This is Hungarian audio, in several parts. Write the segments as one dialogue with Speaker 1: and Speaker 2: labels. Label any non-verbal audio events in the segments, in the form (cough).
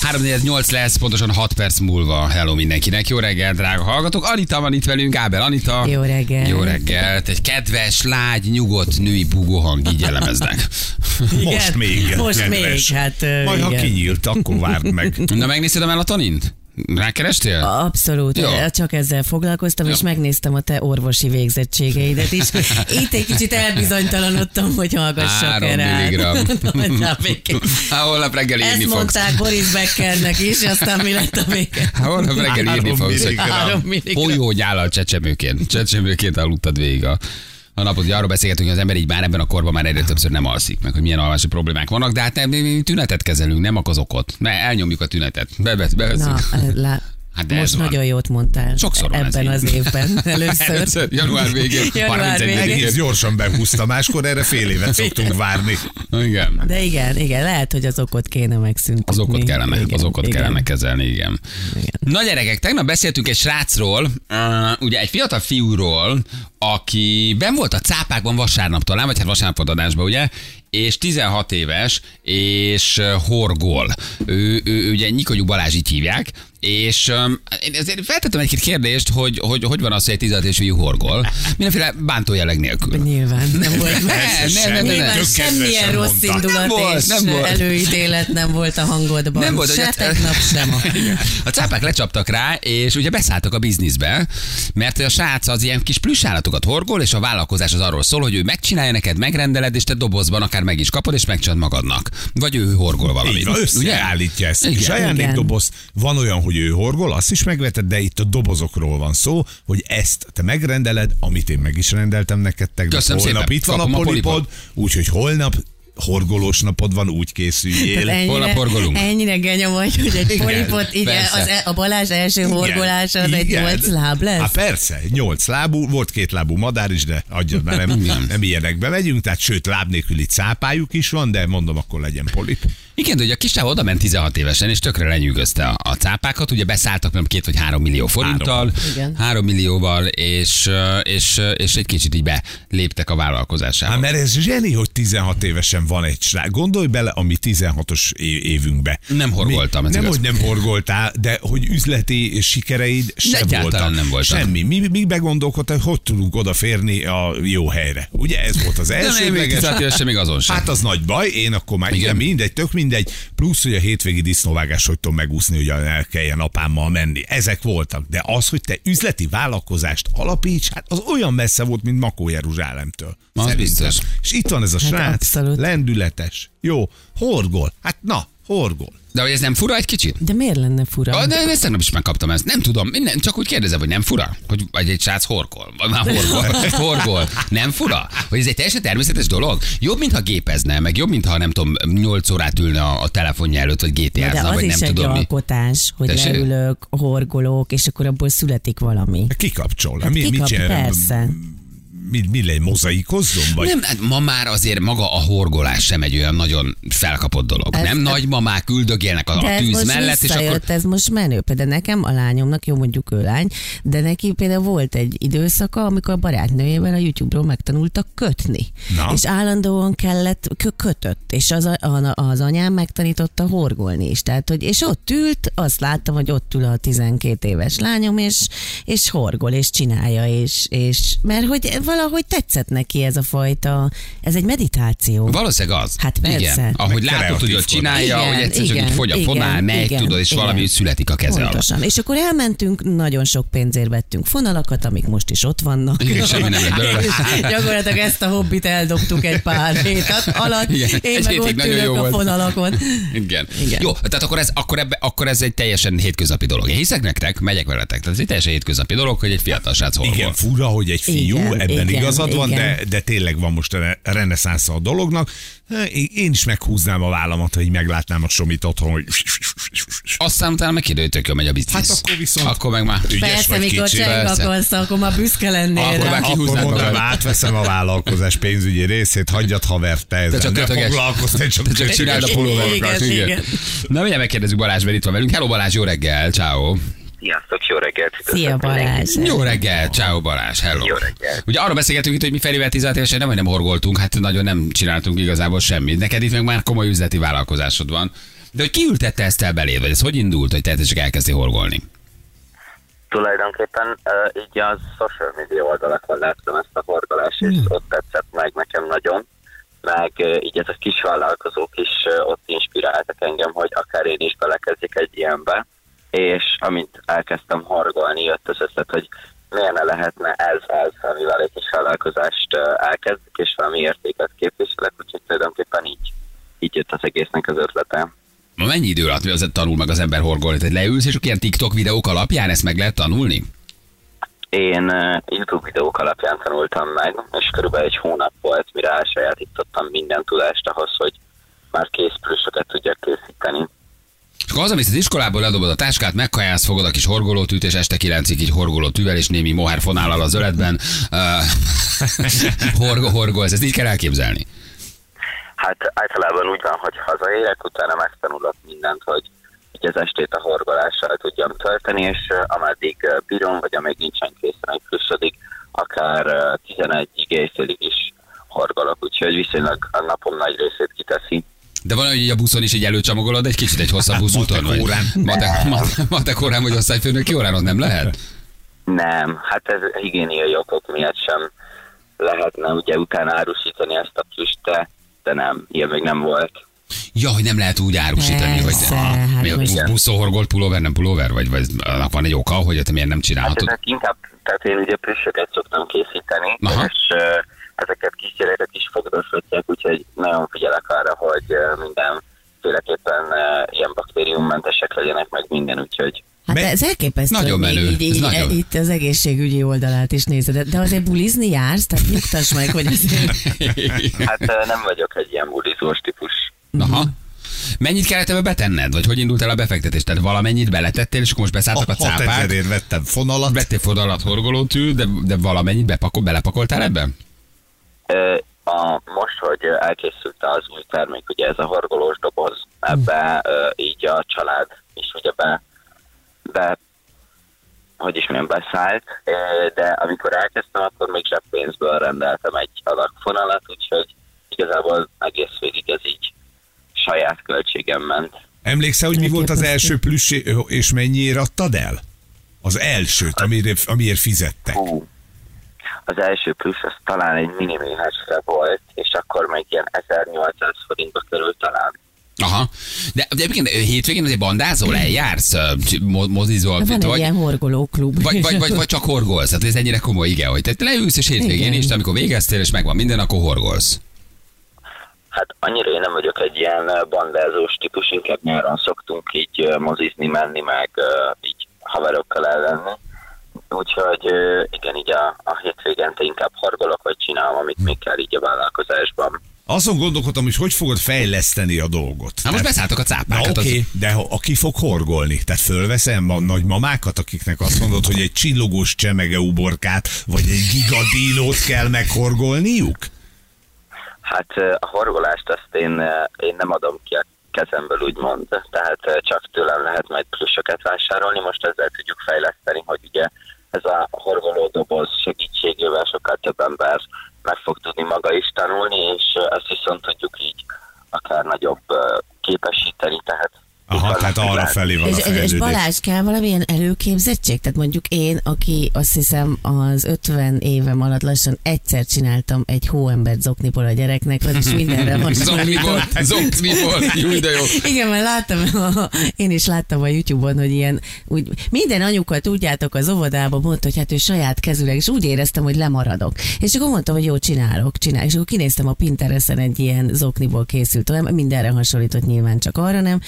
Speaker 1: 348 lesz, pontosan 6 perc múlva. Hello mindenkinek. Jó reggel, drága hallgatók. Anita van itt velünk, Ábel Anita.
Speaker 2: Jó reggel.
Speaker 1: Jó reggelt. Egy kedves, lágy, nyugodt női bugóhang így jellemeznek.
Speaker 3: (laughs) Most még.
Speaker 2: Most
Speaker 3: kedves.
Speaker 2: még, hát ö,
Speaker 3: Majd ha
Speaker 2: igen.
Speaker 3: kinyílt, akkor várd meg.
Speaker 1: Na megnézted a melatonint? Rákerestél? (laughs)
Speaker 2: Abszolút,
Speaker 1: Jó.
Speaker 2: Ö, csak ezzel foglalkoztam, és megnéztem a te orvosi végzettségeidet
Speaker 1: (laughs)
Speaker 2: is. Itt egy kicsit elbizonytalanodtam, hogy hallgassak
Speaker 1: Három
Speaker 2: erre. (laughs)
Speaker 1: milligramm. Hát holnap reggel
Speaker 2: Ezt
Speaker 1: írni fogsz.
Speaker 2: mondták Boris Beckernek is, aztán mi lett a
Speaker 1: (laughs)
Speaker 2: vége?
Speaker 1: Hát holnap reggel írni
Speaker 3: Három
Speaker 1: fogsz, hogy
Speaker 3: milligramm.
Speaker 2: Három milligramm.
Speaker 1: Folyógy áll a csecsemőként. Csecsemőként aludtad végig a a napot, ugye arról beszélgetünk, hogy az ember így már ebben a korban már egyre többször nem alszik, meg hogy milyen alvási problémák vannak, de hát nem, mi- mi tünetet kezelünk, nem az okot. Ne, elnyomjuk a tünetet. Bevesz,
Speaker 2: Na,
Speaker 1: beveszünk.
Speaker 2: ö, lá...
Speaker 1: Hát de ez
Speaker 2: most
Speaker 1: van.
Speaker 2: nagyon jót mondtál.
Speaker 1: Sokszor van ez
Speaker 2: Ebben
Speaker 1: így.
Speaker 2: az
Speaker 1: (laughs)
Speaker 2: évben először.
Speaker 1: Először Január végén,
Speaker 2: Január
Speaker 1: 31
Speaker 2: végén.
Speaker 3: Egész
Speaker 1: végén.
Speaker 3: gyorsan behúzta, máskor erre fél évet szoktunk várni.
Speaker 1: Igen.
Speaker 2: De igen, igen, lehet, hogy az okot kéne megszüntetni.
Speaker 1: Az okot kellene,
Speaker 2: Igen,
Speaker 1: az okot
Speaker 2: igen.
Speaker 1: kellene kezelni, igen. Na gyerekek, tegnap beszéltünk egy srácról, ö, ugye egy fiatal fiúról, aki ben volt a cápákban vasárnap talán, vagy hát vasárnap volt adásban, ugye? és 16 éves, és ö, horgol. Ő, ő, ő ugye Nikonyú Balázs így hívják, és öm, én ezért feltettem egy-két kérdést, hogy, hogy hogy van az, hogy egy 16 éves fiú horgol, mindenféle bántó jelleg nélkül.
Speaker 2: Nyilván, nem volt meg.
Speaker 1: Ne, ne, ne, ne, ne.
Speaker 2: Nyilván
Speaker 3: Tök
Speaker 2: semmilyen
Speaker 3: kedvesen
Speaker 2: rossz
Speaker 3: mondta.
Speaker 2: indulat
Speaker 1: Nem volt,
Speaker 2: és
Speaker 1: nem volt.
Speaker 2: előítélet nem volt a hangodban.
Speaker 1: Nem volt,
Speaker 2: se
Speaker 1: hogy a-
Speaker 2: tegnap, sem ma.
Speaker 1: (laughs) Igen. A cápák lecsaptak rá, és ugye beszálltak a bizniszbe, mert a srác az ilyen kis plüssállatokat horgol, és a vállalkozás az arról szól, hogy ő megcsinálja neked, megrendeled, és te dobozban akár meg is kapod, és megcsinálod magadnak. Vagy ő horgol
Speaker 3: Így
Speaker 1: valamit.
Speaker 3: van, összeállítja ezt.
Speaker 1: Igen.
Speaker 3: Igen. És ajándékdoboz, van olyan, hogy ő horgol, azt is megveted, de itt a dobozokról van szó, hogy ezt te megrendeled, amit én meg is rendeltem neked tegnap.
Speaker 1: Köszönöm
Speaker 3: holnap
Speaker 1: szépen.
Speaker 3: itt van
Speaker 1: Kapom a
Speaker 3: a
Speaker 1: polipod.
Speaker 3: polipod, úgyhogy holnap horgolós napod van, úgy készüljél.
Speaker 2: Tehát
Speaker 1: holnap horgolunk.
Speaker 2: ennyire genya vagy, hogy egy
Speaker 3: Igen,
Speaker 2: polipot, igen,
Speaker 1: persze.
Speaker 2: az, e- a Balázs első horgolása az egy
Speaker 3: igen.
Speaker 2: nyolc láb
Speaker 3: Hát
Speaker 2: lesz.
Speaker 3: persze, nyolc lábú, volt két lábú madár is, de adjad már, nem, nem ilyenekbe megyünk, tehát sőt, láb nélküli cápájuk is van, de mondom, akkor legyen polip.
Speaker 1: Igen, de ugye a kisláb oda ment 16 évesen, és tökre lenyűgözte a, a cápákat. Ugye beszálltak nem két vagy három millió forinttal,
Speaker 2: Igen.
Speaker 1: három millióval, és, ö, és, ö, és egy kicsit így beléptek a vállalkozásába.
Speaker 3: Hát mert ez zseni, hogy 16 évesen van egy srác. Gondolj bele a mi 16-os é- évünkbe.
Speaker 1: Nem horgoltam, ez
Speaker 3: Mi, nem,
Speaker 1: igaz.
Speaker 3: hogy nem horgoltál, de hogy üzleti sikereid sem
Speaker 1: Egyáltalán
Speaker 3: voltak.
Speaker 1: nem voltak.
Speaker 3: Semmi. Mi, mi begondolkodtak, hogy hogy tudunk odaférni a jó helyre. Ugye ez volt az
Speaker 1: de nem,
Speaker 3: első.
Speaker 1: még 16 évesen még azon sem.
Speaker 3: Hát az nagy baj, én akkor már
Speaker 1: Igen.
Speaker 3: igen, mindegy, tök mindegy, plusz, hogy a hétvégi disznóvágás hogy tudom megúszni, hogy el kelljen apámmal menni. Ezek voltak, de az, hogy te üzleti vállalkozást alapíts, hát az olyan messze volt, mint Makó Jeruzsálemtől.
Speaker 1: Az biztos.
Speaker 3: És itt van ez a srác,
Speaker 2: Hát, abszolút.
Speaker 3: lendületes, jó, horgol, hát na, horgol.
Speaker 1: De hogy ez nem fura egy kicsit?
Speaker 2: De miért lenne fura?
Speaker 1: Ah, de ezt tegnap is megkaptam ezt. Nem tudom, én nem, csak úgy kérdezem, hogy nem fura? Hogy vagy egy srác horkol? Vagy már horgol? (laughs) horgol. Nem fura? Hogy ez egy teljesen természetes dolog? Jobb, mintha gépezne, meg jobb, mintha nem tudom, 8 órát ülne a, a telefonja előtt, vagy
Speaker 2: Na, de
Speaker 1: GTA-zna,
Speaker 2: az
Speaker 1: vagy
Speaker 2: is
Speaker 1: nem
Speaker 2: egy
Speaker 1: tudom mi.
Speaker 2: alkotás, hogy
Speaker 1: Tessék?
Speaker 2: leülök, horgolok, és akkor abból születik valami.
Speaker 3: Kikapcsol.
Speaker 2: Hát
Speaker 3: mi,
Speaker 2: kikap,
Speaker 3: mit csinál?
Speaker 2: persze.
Speaker 3: Mi, mi legyen, mozaikozzon? Vagy?
Speaker 1: Nem, hát ma már azért maga a horgolás sem egy olyan nagyon felkapott dolog.
Speaker 2: Ez-
Speaker 1: nem
Speaker 2: ez-
Speaker 1: nagymamák üldögélnek a,
Speaker 2: De
Speaker 1: a
Speaker 2: ez
Speaker 1: tűz
Speaker 2: most
Speaker 1: mellett, és akkor...
Speaker 2: visszajött, ez most menő. Például nekem, a lányomnak, jó mondjuk ő lány, de neki például volt egy időszaka, amikor a barátnőjével a YouTube-ról megtanultak kötni.
Speaker 3: Na.
Speaker 2: És állandóan kellett, kö- kötött, és az, a, a, az anyám megtanította horgolni is. Tehát, hogy, és ott ült, azt láttam, hogy ott ül a 12 éves lányom, és, és horgol, és csinálja, és, és mert hogy valahogy tetszett neki ez a fajta, ez egy meditáció.
Speaker 1: Valószínűleg az.
Speaker 2: Hát
Speaker 1: Igen.
Speaker 2: persze.
Speaker 1: Ahogy
Speaker 3: Meg
Speaker 1: látod, hogy
Speaker 3: kreatív
Speaker 1: ott csinálja,
Speaker 2: volt.
Speaker 1: hogy
Speaker 2: Igen,
Speaker 1: egyszer csak így
Speaker 2: igen,
Speaker 1: fogy a
Speaker 2: igen,
Speaker 1: fonál, megy,
Speaker 2: igen,
Speaker 1: tudod, és
Speaker 2: igen.
Speaker 1: valami születik a keze alatt.
Speaker 2: Pontosan. És akkor elmentünk, nagyon sok pénzért vettünk fonalakat, amik most is ott vannak.
Speaker 1: Igen, semmi nem lett belőle.
Speaker 2: És (laughs) Gyakorlatilag ezt a hobbit eldobtuk egy pár hét alatt.
Speaker 1: Igen,
Speaker 2: Én
Speaker 1: egy
Speaker 2: meg
Speaker 1: hétig
Speaker 2: ott
Speaker 1: nagyon jó
Speaker 2: ülök a
Speaker 1: volt.
Speaker 2: fonalakon.
Speaker 1: Igen. Igen.
Speaker 2: Igen.
Speaker 1: Jó, tehát akkor ez, akkor, ebbe, akkor ez egy teljesen hétköznapi dolog. Én hiszek nektek, megyek veletek. Tehát ez egy teljesen hétköznapi dolog, hogy egy fiatal srác hol
Speaker 3: Igen, fura, hogy egy fiú,
Speaker 2: Igen,
Speaker 3: igen, ebben
Speaker 2: igen,
Speaker 3: igazad van,
Speaker 2: igen.
Speaker 3: de, de tényleg van most a reneszánsza a dolognak. Én- Én is meghúznám a vállamat, ha így meglátnám a somit otthon, hogy
Speaker 1: Aztán utána meg kiderült, hogy megy a biznisz.
Speaker 3: Hát akkor viszont-
Speaker 1: Akkor meg már...
Speaker 3: Ügyes
Speaker 2: Persze,
Speaker 3: vagy
Speaker 2: mikor
Speaker 3: kicsi.
Speaker 2: cseng
Speaker 1: Persze.
Speaker 2: akarsz, akkor már büszke lennél
Speaker 1: Akkor
Speaker 2: rá.
Speaker 1: már ki-
Speaker 3: akkor
Speaker 1: kihúznád
Speaker 3: mondanám,
Speaker 1: magad.
Speaker 3: átveszem a vállalkozás pénzügyi részét, hagyjad havert, te ezzel
Speaker 1: csak
Speaker 3: ne
Speaker 1: kötöges.
Speaker 3: foglalkozz, te csak,
Speaker 1: Te csak csináld a
Speaker 3: kötöges.
Speaker 1: pulóverokat.
Speaker 2: Igen,
Speaker 1: Igen.
Speaker 2: igen.
Speaker 1: Na, mindjárt megkérdezzük Balázs, mert itt van velünk. Hello Balázs, jó reggel, ciao.
Speaker 4: Sziasztok, jó reggelt!
Speaker 2: Szia
Speaker 4: Üdvözlök mindenkit.
Speaker 2: Balázs.
Speaker 1: Jó reggel, ciao Balázs, hello.
Speaker 4: Jó reggel.
Speaker 1: Ugye arra beszélgetünk itt, hogy mi Ferivel 16 évesen nem, hogy nem horgoltunk, hát nagyon nem csináltunk igazából semmit. Neked itt meg már komoly üzleti vállalkozásod van. De hogy ki ültette ezt el beléd, vagy ez hogy indult, hogy te egyszer csak elkezdtél horgolni?
Speaker 4: Tulajdonképpen uh, így a social media oldalakon láttam ezt a horgolást, és ott tetszett meg nekem nagyon, meg uh, így ez a kis vállalkozók is uh, ott inspiráltak engem, hogy akár én is belekezdjek egy ilyenbe, és amint elkezdtem horgolni, jött az ötlet, hogy miért ne lehetne ez az, amivel egy kis vállalkozást uh, elkezdjük, és valami értéket képviselek, úgyhogy tulajdonképpen így, így jött az egésznek az ötlete.
Speaker 1: Ma mennyi idő alatt azért tanul meg az ember horgolni? Tehát leülsz, és ilyen TikTok videók alapján ezt meg lehet tanulni?
Speaker 4: Én eh, YouTube videók alapján tanultam meg, és körülbelül egy hónap volt, mire elsajátítottam minden tudást ahhoz, hogy már készpülsöket tudjak készíteni.
Speaker 1: És akkor hazamész az iskolából, ledobod a táskát, megkajász, fogod a kis horgolótűt, és este kilencig így horgolótűvel, és némi moher fonállal az öletben. (laughs) Uh, horgo, horgolsz, ezt így kell elképzelni.
Speaker 4: Hát általában úgy van, hogy hazaérek, utána megtanulok mindent, hogy így az estét a horgolással tudjam tölteni, és eh, ameddig eh, bírom, vagy amíg nincsen készen egy plusodik, akár eh, 11-ig éjfélig is horgolok, úgyhogy viszonylag a napom nagy részét kiteszi.
Speaker 1: De van, hogy így a buszon is így előcsomagolod egy kicsit egy hosszabb busz úton,
Speaker 3: matek
Speaker 1: vagy
Speaker 3: órán.
Speaker 1: matek, (laughs) matek, matek órán, vagy osztályfőnöki órán, ott nem lehet?
Speaker 4: Nem, hát ez higiéniai okok miatt sem lehetne ugye utána árusítani ezt a plüst, de, de nem, ilyen még nem volt.
Speaker 1: Ja, hogy nem lehet úgy árusítani, hogy
Speaker 2: Persze,
Speaker 1: ah,
Speaker 2: hát
Speaker 1: mi a
Speaker 2: most-
Speaker 1: busz- buszon horgolt pulóver, nem pulóver, vagy, vagy annak van egy oka, hogy te miért nem
Speaker 4: Hát
Speaker 1: csinálhatod?
Speaker 4: ezek inkább, tehát én ugye plüssöket szoktam készíteni,
Speaker 1: Aha.
Speaker 4: és ö, ezeket kisgyerekek is fogdosítják, úgyhogy nagyon figyelek arra, hogy ö, mindenféleképpen ö, ilyen baktériummentesek legyenek meg minden, úgyhogy
Speaker 2: Hát
Speaker 3: Me-
Speaker 2: ez elképesztő.
Speaker 1: Nagyon
Speaker 2: hogy még
Speaker 1: menő,
Speaker 2: Így,
Speaker 1: ez
Speaker 2: így,
Speaker 1: nagyon.
Speaker 2: Itt az egészségügyi oldalát is nézed. De- De azért bulizni jársz, tehát nyugtass meg, hogy azért...
Speaker 4: hát ö, nem vagyok egy ilyen bulizós típus.
Speaker 1: Aha. Mennyit kellett ebbe betenned? Vagy hogy indult el a befektetés? Tehát valamennyit beletettél, és akkor most beszálltak a, a
Speaker 3: A hat
Speaker 1: cápák,
Speaker 3: ezerért vettem fonalat.
Speaker 1: vettél fordalat horgolótű, de, de valamennyit bepakol, belepakoltál ebbe?
Speaker 4: Ö, A, most, hogy ö, elkészült az új termék, ugye ez a horgolós doboz, ebbe ö, így a család is ugye be, be hogy is mondjam, beszállt, ö, de amikor elkezdtem, akkor még zseppénzből rendeltem egy alakfonalat, úgyhogy igazából egész végig ez így saját költségem ment.
Speaker 3: Emlékszel, hogy mi volt az
Speaker 2: Elképesztő.
Speaker 3: első plüss, és mennyiért adtad el? Az elsőt, amiért, amiért fizettek.
Speaker 4: Hú. Az első plusz az talán egy miniméhesre volt, és akkor még ilyen 1800 forintba került talán.
Speaker 1: Aha. De, de egyébként hétvégén azért bandázol, eljársz, ö, c- mo- mozizol,
Speaker 2: Van egy
Speaker 1: vagy,
Speaker 2: ilyen horgolóklub.
Speaker 1: vagy, vagy, vagy, vagy csak horgolsz. Tehát ez ennyire komoly, igen, hogy te leülsz, és hétvégén
Speaker 2: Igen.
Speaker 1: is, de amikor végeztél, és megvan minden, akkor horgolsz.
Speaker 4: Hát annyira én nem vagyok egy ilyen ö, bandázós típus, inkább nyáron szoktunk így ö, mozizni, menni, meg ö, így haverokkal ellenni. Úgyhogy ö, igen, így a, a hétvégente inkább hargolok, vagy csinálom, amit még kell így a vállalkozásban.
Speaker 3: Azon gondolkodtam, hogy hogy fogod fejleszteni a dolgot.
Speaker 1: Na Hát most
Speaker 3: Tehát-
Speaker 1: beszálltak a
Speaker 3: Hát, Na
Speaker 1: cápákat.
Speaker 3: oké,
Speaker 1: az-
Speaker 3: okay, de ha- aki fog horgolni? Tehát fölveszem a nagymamákat, akiknek azt mondod, hogy egy csillogós csemege uborkát, vagy egy gigadínót kell meghorgolniuk?
Speaker 4: Hát ö, a horgolást azt én, ö, én nem adom ki a kezemből, úgymond. Tehát ö, csak tőlem lehet majd plusokat vásárolni. Most ezzel tudjuk fejleszteni, hogy ugye ez a horgoló doboz segítségével sokkal több ember meg fog tudni maga is tanulni, és ö, ezt viszont tudjuk így akár nagyobb ö, képesíteni, tehát
Speaker 3: Aha,
Speaker 4: Vannak
Speaker 3: tehát arra
Speaker 4: lehet-
Speaker 3: felé van a
Speaker 2: És, és
Speaker 3: fejlődés.
Speaker 2: Balázs, kell valamilyen előképzettség? Tehát mondjuk én, aki azt hiszem az 50 évem alatt lassan egyszer csináltam egy hóembert zokniból a gyereknek, az is mindenre van.
Speaker 1: Zokniból, zokniból, jó, de jó.
Speaker 2: Igen, mert láttam, (laughs) a, én is láttam a YouTube-on, hogy ilyen, úgy, minden anyukat tudjátok az óvodában mondta, hogy hát ő saját kezüleg, és úgy éreztem, hogy lemaradok. És akkor mondtam, hogy jó, csinálok, csinál. És akkor kinéztem a Pinteresten egy ilyen zokniból készült, olyan mindenre hasonlított nyilván csak arra nem.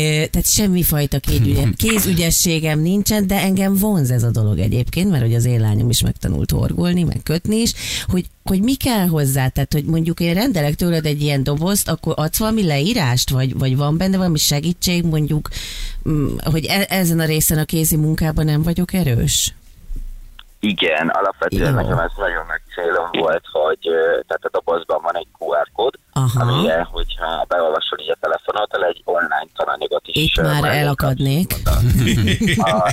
Speaker 2: Ö, Tehát semmifajta kézügye, kézügyességem nincsen, de engem vonz ez a dolog egyébként, mert hogy az én lányom is megtanult horgolni, meg kötni is, hogy hogy mi kell hozzá? Tehát, hogy mondjuk én rendelek tőled egy ilyen dobozt, akkor adsz valami leírást, vagy, vagy van benne valami segítség, mondjuk, mm, hogy e- ezen a részen a kézi munkában nem vagyok erős?
Speaker 4: Igen, alapvetően
Speaker 2: Jó.
Speaker 4: nekem ez nagyon nagy célom volt, hogy ö, tehát a dobozban van egy QR kód,
Speaker 2: Aha.
Speaker 4: amire, hogyha beolvasol így a telefonodtal, egy online tananyagot is.
Speaker 2: Itt
Speaker 4: ö,
Speaker 2: már
Speaker 4: mellé
Speaker 2: elakadnék. (laughs)
Speaker 4: kapsz A,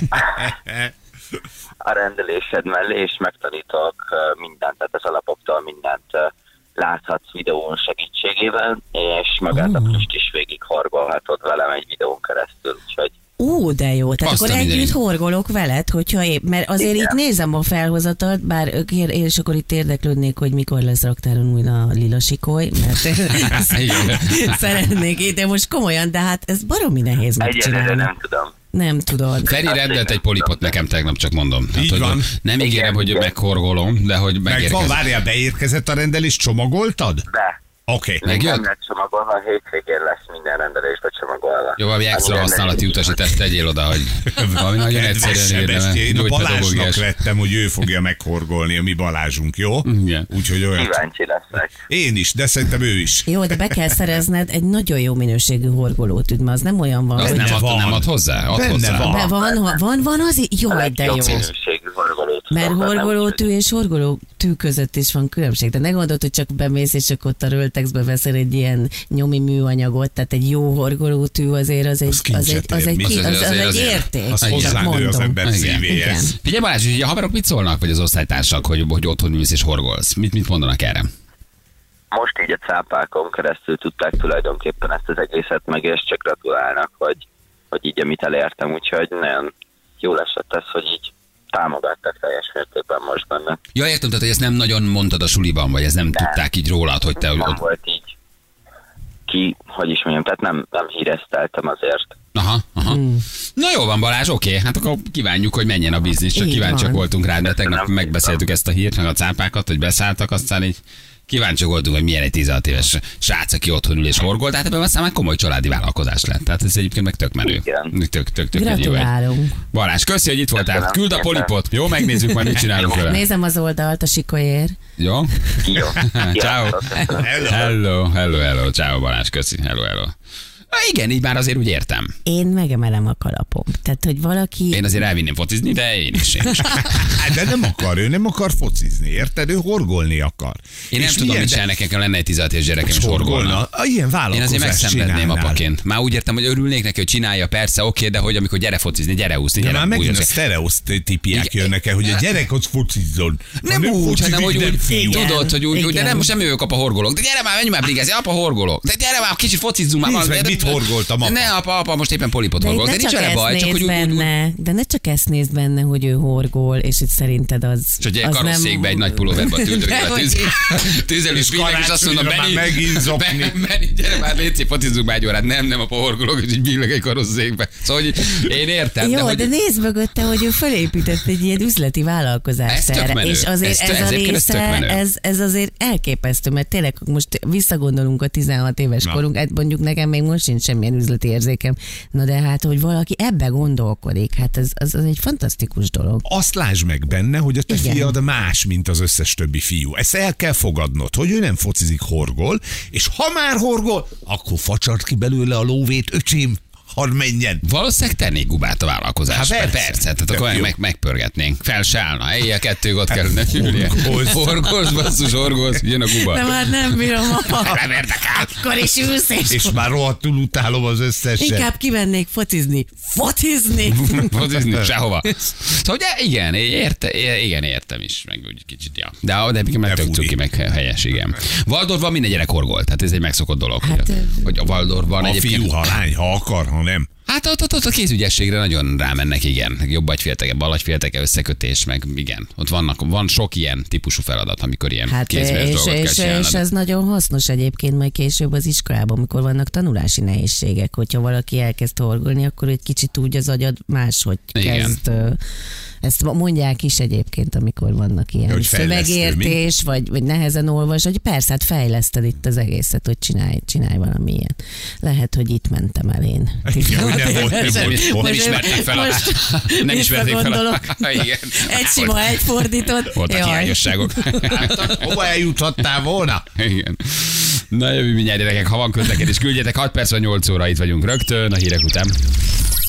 Speaker 4: a rendelésed mellé, és megtanítok ö, mindent, tehát az alapoktól mindent ö, láthatsz videón segítségével, és magát a plüst is végig horgolhatod velem egy videón keresztül, úgyhogy
Speaker 2: Ú, de jó. Tehát
Speaker 1: Azt
Speaker 2: Azt
Speaker 1: a
Speaker 2: akkor együtt
Speaker 1: mindenit.
Speaker 2: horgolok veled, hogyha épp, mert azért
Speaker 4: Igen.
Speaker 2: itt nézem a felhozatalt, bár ö, kér, és akkor itt érdeklődnék, hogy mikor lesz raktáron újra a lila sikoly, mert
Speaker 1: (laughs) Igen.
Speaker 2: (laughs) szeretnék itt, de most komolyan, de hát ez baromi nehéz
Speaker 4: egyelőre
Speaker 2: megcsinálni.
Speaker 4: nem tudom.
Speaker 2: Nem tudod.
Speaker 1: Feri rendelt egy polipot nekem tegnap, csak mondom. Hát,
Speaker 3: Így
Speaker 1: hogy
Speaker 3: van.
Speaker 1: Nem ígérem,
Speaker 4: Igen,
Speaker 1: hogy
Speaker 4: igen.
Speaker 1: meghorgolom, de hogy
Speaker 3: Meg van,
Speaker 1: megérkezik.
Speaker 3: várjál, beérkezett a rendelés, csomagoltad?
Speaker 4: De
Speaker 3: Oké. Okay.
Speaker 1: Megjött?
Speaker 4: nem lett csomagolva, a hétvégén lesz minden rendelésbe csomagolva.
Speaker 1: Jó, valami extra
Speaker 4: Ami nem
Speaker 1: használati
Speaker 4: lesz.
Speaker 1: utasítást tegyél oda, hogy valami nagyon egyszerűen érdemel.
Speaker 3: Én a
Speaker 1: Gyújt
Speaker 3: Balázsnak
Speaker 1: pedagógiás.
Speaker 3: vettem, hogy ő fogja meghorgolni a mi Balázsunk, jó?
Speaker 1: Igen.
Speaker 3: Úgyhogy olyan.
Speaker 4: Kíváncsi leszek.
Speaker 3: Én is, de szerintem ő is.
Speaker 2: Jó, de be kell szerezned egy nagyon jó minőségű horgolótűt, mert az nem olyan van,
Speaker 1: Azt
Speaker 2: hogy...
Speaker 1: nem ad,
Speaker 3: van.
Speaker 1: nem ad hozzá? Ad
Speaker 3: Benne
Speaker 1: hozzá.
Speaker 3: van.
Speaker 2: Be van, ha- van, van az, í- jó,
Speaker 4: A
Speaker 2: de jó.
Speaker 4: legjobb minőségű horgolót tudom
Speaker 2: Mert
Speaker 4: benne, úgyhogy-
Speaker 2: horgolótű és horgolótű között is van különbség. De ne gondold, hogy csak bemész, és akkor ott a Röltexbe veszel egy ilyen nyomi műanyagot, tehát egy jó horgolótű azért az egy, az egy,
Speaker 3: kincset
Speaker 2: az
Speaker 3: ér,
Speaker 2: egy,
Speaker 3: mi?
Speaker 2: az
Speaker 1: Az
Speaker 2: az,
Speaker 1: azért-
Speaker 2: az egy
Speaker 1: azért-
Speaker 2: érték.
Speaker 3: Az
Speaker 2: csak
Speaker 3: hozzánő az
Speaker 2: mondom.
Speaker 3: ember
Speaker 1: Igen.
Speaker 2: Igen.
Speaker 3: szívéhez.
Speaker 1: Figyelj Balázs, hogy a haverok mit szólnak, vagy az osztálytársak, hogy, hogy otthon ülsz és horgolsz? Mit, mit mondanak erre?
Speaker 4: most így a cápákon keresztül tudták tulajdonképpen ezt az egészet meg, és csak gratulálnak, hogy, hogy így amit elértem, úgyhogy nagyon jól esett ez, hogy így támogattak teljes mértékben most benne.
Speaker 1: Ja, értem, tehát, hogy ezt nem nagyon mondtad a suliban, vagy ezt nem tudták így rólad, hogy te
Speaker 4: Nem
Speaker 1: ott...
Speaker 4: volt így ki, hogy is mondjam, tehát nem, nem híreszteltem azért.
Speaker 1: Aha, aha. Na jó van Balázs, oké, hát akkor kívánjuk, hogy menjen a biznisz, csak
Speaker 2: Így
Speaker 1: kíváncsiak
Speaker 2: van.
Speaker 1: voltunk rá, de tegnap
Speaker 4: Köszönöm.
Speaker 1: megbeszéltük ezt a hírt, meg a cápákat, hogy beszálltak, aztán így kíváncsiak voltunk, hogy milyen egy 16 éves srác, aki otthon ül és horgol, tehát ebben aztán már komoly családi vállalkozás lett. Tehát ez egyébként meg tök menő.
Speaker 4: Igen.
Speaker 1: Tök, tök, tök, tök egy jó egy.
Speaker 2: Gratulálunk.
Speaker 1: Balázs, köszi, hogy itt voltál.
Speaker 4: Köszönöm
Speaker 1: Küld a
Speaker 4: szépen.
Speaker 1: polipot. Jó, megnézzük majd, mit csinálunk vele.
Speaker 2: Nézem az oldalt a sikolyér.
Speaker 1: Jó? (laughs)
Speaker 4: Jó.
Speaker 1: Ciao.
Speaker 4: Köszönöm.
Speaker 1: Hello, hello, hello. Ciao Balázs, köszi. Hello, hello. Na igen, így már azért úgy értem.
Speaker 2: Én megemelem a kalapom. Tehát, hogy valaki...
Speaker 1: Én azért elvinném focizni, de én is. Én is.
Speaker 3: Hát, De nem akar, ő nem akar focizni, érted? Ő horgolni akar.
Speaker 1: Én nem
Speaker 3: És
Speaker 1: tudom,
Speaker 3: milyen-
Speaker 1: mit csinálnak, nekem lenne egy 16 éves gyerekem, és horgolna.
Speaker 3: A Ilyen
Speaker 1: Én
Speaker 3: vállalkozást
Speaker 1: azért megszenvedném
Speaker 3: csinálnál.
Speaker 1: apaként. Már úgy értem, hogy örülnék neki, hogy csinálja, persze, oké, de hogy amikor gyere focizni, gyere úszni,
Speaker 3: De
Speaker 1: gyere
Speaker 3: már megint a
Speaker 1: bújozni.
Speaker 3: sztereosztípiák
Speaker 1: Igen.
Speaker 3: jönnek el, hogy a gyerek ott focizzon. Ha
Speaker 1: Nem úgy,
Speaker 3: focizik,
Speaker 1: hanem hogy
Speaker 3: nem
Speaker 1: úgy,
Speaker 3: fiú.
Speaker 2: Igen.
Speaker 1: tudod, hogy úgy, úgy de
Speaker 2: Igen.
Speaker 1: nem, most nem jövök, apa horgolok. De gyere már, menj már brigázni, apa horgolok. De gyere már, kicsi focizzunk már.
Speaker 3: Nézd
Speaker 1: van-
Speaker 3: meg,
Speaker 1: de-
Speaker 3: mit horgoltam, apa.
Speaker 1: Ne, apa, apa, most éppen polipot
Speaker 2: De itt
Speaker 1: horgolok. De
Speaker 2: ne
Speaker 1: nincs
Speaker 2: csak
Speaker 1: vele
Speaker 2: ezt
Speaker 1: baj, csak
Speaker 2: nézd
Speaker 1: hogy úgy, úgy, úgy
Speaker 2: benne, de ne csak ezt nézd benne, hogy ő horgol, és hogy szerinted az,
Speaker 1: És hogy egy
Speaker 2: az
Speaker 1: karosszékbe egy nagy
Speaker 2: (laughs)
Speaker 1: pulóverbe tűntök
Speaker 2: De
Speaker 1: a
Speaker 2: hogy-
Speaker 1: tűz, tűzelő
Speaker 3: És
Speaker 1: spinnek, és azt mondom, Benni,
Speaker 3: karácsonyra már megint zokni.
Speaker 1: Ben- Benni, gyere már, légy szép, focizzunk már egy órát. Nem, nem, a pohorgolok, és így billeg egy karosszékbe. Szóval, hogy én értem, de
Speaker 2: Jó,
Speaker 1: hogy...
Speaker 2: de nézd mögötte, hogy ő felépített egy ilyen üzleti
Speaker 1: Ez
Speaker 2: vállalkozást
Speaker 1: tök
Speaker 2: erre.
Speaker 1: menő.
Speaker 2: És azért
Speaker 1: Ez-
Speaker 2: ez, ez a
Speaker 1: ezért ez tök
Speaker 2: része,
Speaker 1: menő.
Speaker 2: ez, ez azért elképesztő, mert tényleg most visszagondolunk a 16 éves
Speaker 3: Na.
Speaker 2: Na. korunk, hát mondjuk nekem még most sincs semmilyen üzleti érzékem. Na de hát, hogy valaki ebbe gondolkodik, hát ez az, az egy fantasztikus dolog.
Speaker 3: Azt lásd meg benne, hogy a te
Speaker 2: Igen.
Speaker 3: fiad más, mint az összes többi fiú. Ezt el kell fogadnod, hogy ő nem focizik, horgol, és ha már horgol, akkor facsart ki belőle a lóvét, öcsém, hadd menjen.
Speaker 1: Valószínűleg tennék gubát a vállalkozásba.
Speaker 3: Há,
Speaker 1: Hát
Speaker 3: persze.
Speaker 1: persze. persze. Tehát akkor
Speaker 3: Jó. Hát,
Speaker 1: meg, meg, megpörgetnénk. Fel se állna. Éjjel kettőig ott kellene ülnie.
Speaker 3: Horgolsz.
Speaker 1: Horgolsz, basszus, horgolsz. Jön a guba.
Speaker 2: De már nem bírom, (laughs) apa.
Speaker 3: Nem érdekel.
Speaker 2: akkor is ülsz, és,
Speaker 3: És már rohadtul utálom az összeset.
Speaker 2: inkább kimennék focizni. Focizni?
Speaker 1: Focizni sehova. Szóval ugye, igen, érte, é- igen, értem is, meg úgy kicsit, ja. De, de egyébként meg
Speaker 3: De
Speaker 1: tök
Speaker 3: furi.
Speaker 1: cuki, meg helyes, igen. Valdorban minden gyerek horgolt, tehát ez egy megszokott dolog,
Speaker 2: Hát,
Speaker 1: hogy, a,
Speaker 2: ö-
Speaker 1: hogy a Valdorban
Speaker 3: A
Speaker 1: egyébként...
Speaker 3: fiú, ha lány, ha akar, ha nem.
Speaker 1: Hát ott, ott, ott a kézügyességre nagyon rámennek, igen. Jobb agyfélteke, bal agyfélteke, összekötés, meg igen. Ott vannak, van sok ilyen típusú feladat, amikor ilyen hát,
Speaker 2: Hát és,
Speaker 1: kézműves
Speaker 2: és,
Speaker 1: dolgot kell
Speaker 2: és,
Speaker 1: csinálnod.
Speaker 2: és ez nagyon hasznos egyébként majd később az iskolában, amikor vannak tanulási nehézségek, hogyha valaki elkezd horgolni, akkor egy kicsit úgy az agyad máshogy
Speaker 1: Igen.
Speaker 2: kezd. ö, Ezt mondják is egyébként, amikor vannak ilyen
Speaker 3: Ja, hogy fejlesztő,
Speaker 2: szövegértés, vagy, vagy nehezen olvas, hogy persze, hát fejleszted itt az egészet, hogy csinálj, csinálj valami ilyen. Lehet, hogy itt mentem el én.
Speaker 3: Igen, hogy
Speaker 2: Hát
Speaker 3: nem volt, nem
Speaker 1: Nem,
Speaker 3: volt.
Speaker 1: is- nem
Speaker 2: Most-
Speaker 1: ismerték fel a...
Speaker 2: most
Speaker 1: nem ismerték fel a...
Speaker 2: visszagondolok.
Speaker 1: (laughs) Igen.
Speaker 2: Egy sima, egy fordított.
Speaker 1: Voltak
Speaker 2: Jaj.
Speaker 1: hiányosságok. (laughs)
Speaker 3: Hova eljuthattál volna?
Speaker 1: Igen. Na jövő mindjárt gyerekek, ha van közlekedés, küldjetek 6 perc, vagy 8 óra itt vagyunk rögtön, a hírek után.